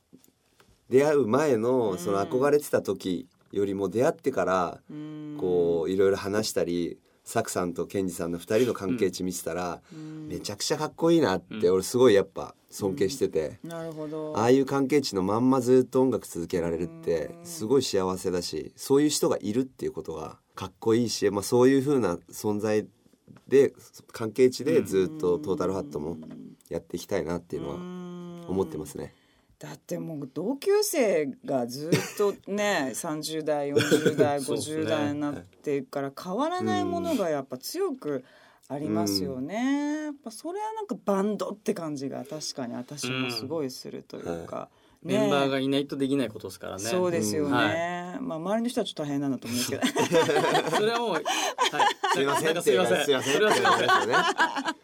Speaker 3: 出会う前のその憧れてた時よりも出会ってから
Speaker 1: うん
Speaker 3: こういろいろ話したりサクさんとケンジさんの2人の関係値見てたら
Speaker 1: うん
Speaker 3: めちゃくちゃかっこいいなって俺すごいやっぱ尊敬してて
Speaker 1: なるほど
Speaker 3: ああいう関係値のまんまずっと音楽続けられるってすごい幸せだしそういう人がいるっていうことがかっこいいし、まあ、そういう風な存在で関係値でずっとトータルハットもやっていきたいなっていうのは思ってますね。
Speaker 1: だってもう同級生がずっと
Speaker 2: *laughs*
Speaker 1: ね30代40代
Speaker 2: そうっすね
Speaker 1: 50代になっていくから変わらないものがやっぱ強くありますよね。やっぱそれはなんかバンドって感じが確かに私もすごいするというか。ね
Speaker 2: メンバーがいないとできないことですからね
Speaker 1: そうですよね、
Speaker 2: うん
Speaker 1: まあ周りの人はちょっと大変なんだと思うんですけど
Speaker 2: それはもう、はい、
Speaker 3: *laughs* すいませんって
Speaker 2: すい
Speaker 3: 言
Speaker 2: ま
Speaker 3: わ
Speaker 2: せん
Speaker 3: れすいま
Speaker 2: そ
Speaker 3: せんって
Speaker 2: れ
Speaker 3: 言
Speaker 2: は
Speaker 3: わ
Speaker 2: す
Speaker 3: れ
Speaker 2: いません
Speaker 3: ますよね。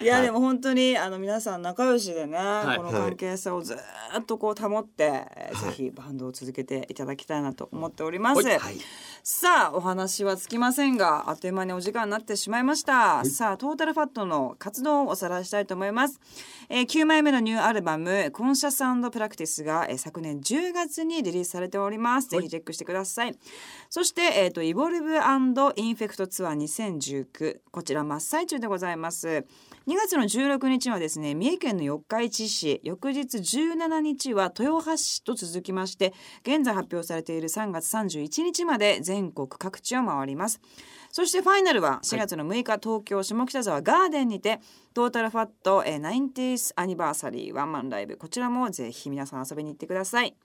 Speaker 1: いや
Speaker 3: はい
Speaker 1: でも本当にあの皆さん仲良しでね、
Speaker 2: い
Speaker 1: この関係性をずーっとこう保って、えー
Speaker 3: はい
Speaker 1: ぜひバンドを続けていただきたいなと思っております、
Speaker 2: はい
Speaker 3: はい
Speaker 1: さあお話はつきませんがあっという間にお時間になってしまいました、さあトータルファットの活動をおさらいしたいと思います、えー、9枚目のニューアルバム「コンシャスプラクティスが」えー昨年10月にリリースされておりますぜひチェックしてください、そして、えー、とイボルブインフェクトツアー2019こちら真っ最中でございます2月の16日はですね三重県の四日市市翌日17日は豊橋市と続きまして現在発表されている3月31日まで全国各地を回りますそしてファイナルは4月の6日、東京下北沢ガーデンにてトータルファットえー 90th アニバーサリーワンマンライブこちらもぜひ皆さん遊びに行ってください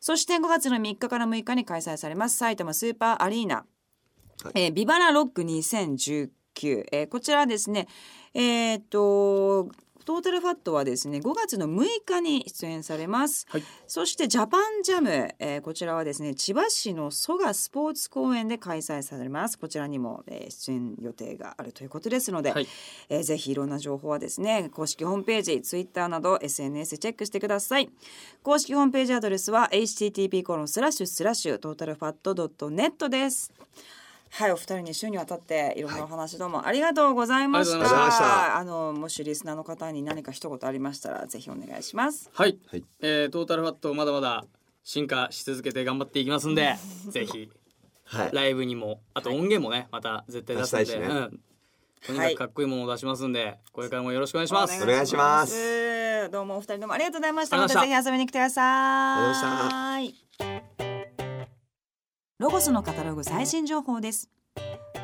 Speaker 1: そして5月の3日から6日に開催されます埼玉スーパーアリーナ、
Speaker 3: はい
Speaker 1: えービバラロック2019、えーこちらはですねえーっとトータルファットはですね5月の6日に出演されます、
Speaker 2: はい
Speaker 1: そしてジャパンジャム、えーこちらはですね千葉市の蘇我スポーツ公園で開催されますこちらにも、えー出演予定があるということですので、
Speaker 2: はい
Speaker 1: えーぜひいろんな情報はですね公式ホームページツイッターなど SNS チェックしてください公式ホームページアドレスは http コロンスラッシュスラッシュトータルファットドットネットですはいお二人に週にわたっていろんなお話どうもありがとうございました、
Speaker 2: ありがとうご
Speaker 3: ざいました
Speaker 1: あのもしリスナーの方に何か一言ありましたらぜひお願いします
Speaker 2: はい、
Speaker 3: はい
Speaker 2: えートータルファットまだまだ進化し続けて頑張っていきますん
Speaker 3: *laughs*
Speaker 2: でぜひ
Speaker 3: はい
Speaker 2: ライブにもあと音源もねまた絶対出すん
Speaker 3: 出
Speaker 2: で、
Speaker 3: したいしね
Speaker 2: うん、とにかくかっこいいものを出しますんで、これからもよろしくお願いします
Speaker 3: お願いします
Speaker 1: すどうもお二人どうもありがとうございました
Speaker 2: あり
Speaker 1: ま
Speaker 2: がとう
Speaker 1: た
Speaker 2: ご
Speaker 1: ぜ
Speaker 2: ざい
Speaker 1: ひ
Speaker 2: ま
Speaker 1: 遊びに来てください
Speaker 3: ありがとうございました
Speaker 1: ロゴスのカタログ最新情報です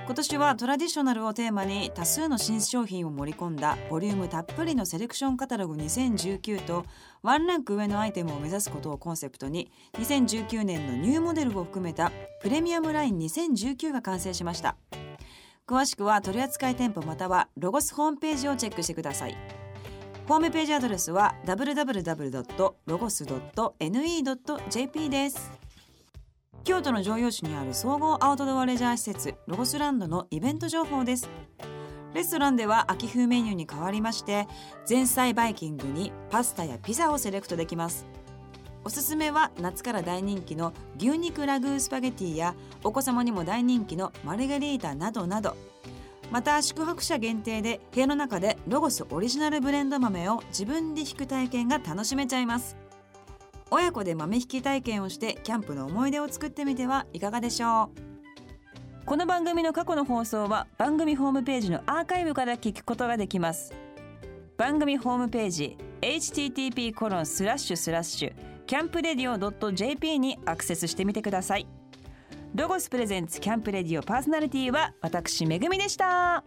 Speaker 1: 今年はトラディショナルをテーマに多数の新商品を盛り込んだボリュームたっぷりのセレクションカタログ2019とワンランク上のアイテムを目指すことをコンセプトに2019年のニューモデルを含めたプレミアムライン2019が完成しました詳しくは取扱店舗またはロゴスホームページをチェックしてくださいホームページアドレスは www.logos.ne.jp です京都の常用市にある総合アウトドアレジャー施設ロゴスランドのイベント情報ですレストランでは秋風メニューに変わりまして前菜バイキングにパスタやピザをセレクトできますおすすめは夏から大人気の牛肉ラグースパゲティやお子様にも大人気のマルゲリータなどなどまた宿泊者限定で部屋の中でロゴスオリジナルブレンド豆を自分で引く体験が楽しめちゃいます親子で豆引き体験をしてキャンプの思い出を作ってみてはいかがでしょうこの番組の過去の放送は番組ホームページのアーカイブから聞くことができます番組ホームページ http コロンスラッシュスラッシュキャンプレディオ .jp にアクセスしてみてくださいロゴスプレゼンツキャンプレディオパーソナリティは私めぐみでした。